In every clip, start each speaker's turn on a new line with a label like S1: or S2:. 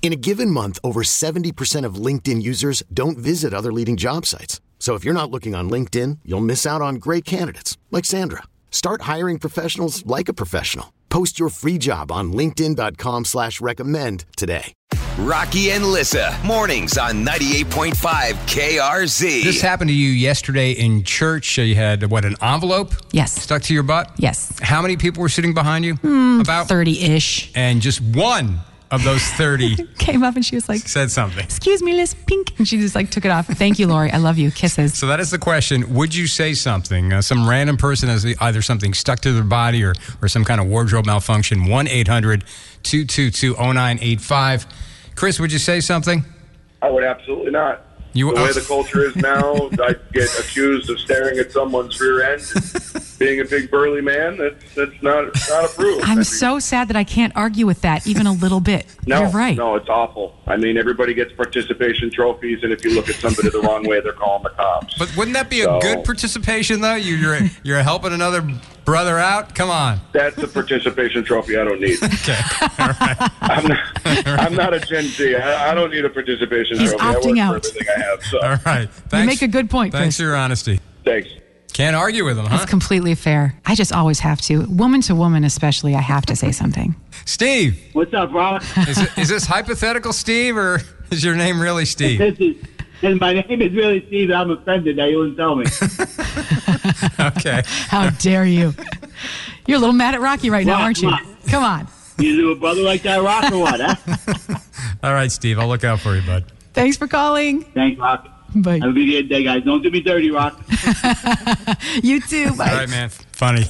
S1: In a given month, over 70% of LinkedIn users don't visit other leading job sites. So if you're not looking on LinkedIn, you'll miss out on great candidates like Sandra. Start hiring professionals like a professional. Post your free job on linkedin.com slash recommend today.
S2: Rocky and Lissa, mornings on 98.5 KRZ.
S3: This happened to you yesterday in church. You had what an envelope?
S4: Yes.
S3: Stuck to your butt?
S4: Yes.
S3: How many people were sitting behind you?
S4: Hmm.
S3: About
S4: 30 ish.
S3: And just one of those 30
S4: Came up and she was like,
S3: said something.
S4: Excuse me, Liz Pink. And she just like took it off. Thank you, Lori. I love you. Kisses.
S3: So that is the question. Would you say something? Uh, some random person has either something stuck to their body or, or some kind of wardrobe malfunction. 1 800 222 0985. Chris, would you say something?
S5: I would absolutely not.
S3: You-
S5: the way the culture is now, I get accused of staring at someone's rear end, being a big burly man. That's that's not not approved. I
S4: I'm
S5: mean,
S4: so sad that I can't argue with that even a little bit.
S5: no,
S4: You're right.
S5: no, it's awful. I mean, everybody gets participation trophies, and if you look at somebody the wrong way, they're calling the cops.
S3: But wouldn't that be a
S5: So-
S3: good participation, though? You, you're, you're helping another brother out? Come on.
S5: that's a participation trophy I don't need. I'm, not, I'm not a Gen Z. I, I don't need a participation
S4: He's
S5: trophy. I work
S4: opting
S5: for
S4: out.
S5: everything I have. So
S3: All right. Thanks.
S4: make a good point,
S3: Thanks
S4: Chris.
S3: for your honesty.
S5: thanks.
S3: Can't argue with him, huh?
S4: That's completely fair. I just always have to. Woman to woman, especially, I have to say something.
S3: Steve,
S6: What's up, Rob?
S3: is, it, is this hypothetical, Steve, or is your name really Steve?
S6: this is, and my name is really Steve. I'm offended that you wouldn't tell me.
S3: Okay.
S4: How dare you? You're a little mad at Rocky right now, aren't you? Come on.
S6: You do a brother like that, Rock, or what? Huh?
S3: All right, Steve, I'll look out for you, bud.
S4: Thanks for calling.
S6: Thanks, Rock.
S4: Bye.
S6: Have a good day, guys. Don't do me dirty, Rock.
S4: You too. Bye.
S3: All right, man. Funny.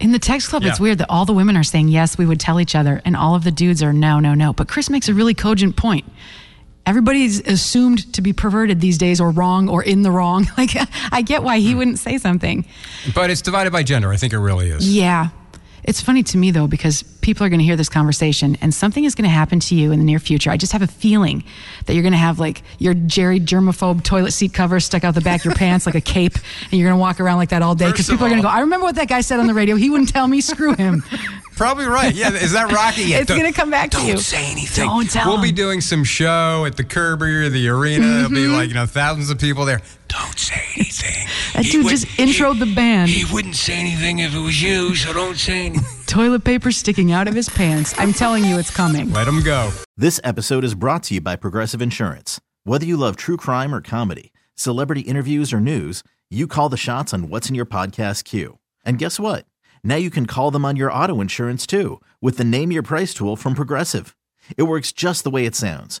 S4: In the text club, it's
S3: Yeah.
S4: weird that all the women are saying yes, we would tell each other, and all of the dudes are no, no, no. But Chris makes a really cogent point. Everybody's assumed to be perverted these days, or wrong, or in the wrong. Like, I get why
S3: Hmm.
S4: he wouldn't say something.
S3: But it's divided by gender. I think it really is.
S4: Yeah. It's funny to me, though, because people are going to hear this conversation and something is going to happen to you in the near future. I just have a feeling that you're going to have like your Jerry germaphobe toilet seat cover stuck out the back of your pants like a cape, and you're going to walk around like that all day because
S3: First of
S4: people are going to go,
S3: all-
S4: I remember what that guy said on the radio. He wouldn't tell me, screw him.
S3: Probably right. Yeah. Is that Rocky? Yeah,
S4: it's
S3: don't-
S4: going to come back to you.
S3: Don't say anything.
S4: Don't tell
S3: We'll be
S4: him. Mm-hmm.
S3: doing some show at the Kerber, the arena. There'll be like, you know, thousands of people there. Don't say anything.
S4: That
S7: He
S4: dude
S7: would-
S4: just introed the band.
S7: He wouldn't say anything if it was you, so don't say anything.
S4: Toilet paper sticking out of his pants. I'm telling you, it's coming.
S3: Let him go.
S8: This episode is brought to you by Progressive Insurance. Whether you love true crime or comedy, celebrity interviews or news, you call the shots on what's in your podcast queue. And guess what? Now you can call them on your auto insurance too with the Name Your Price tool from Progressive. It works just the way it sounds.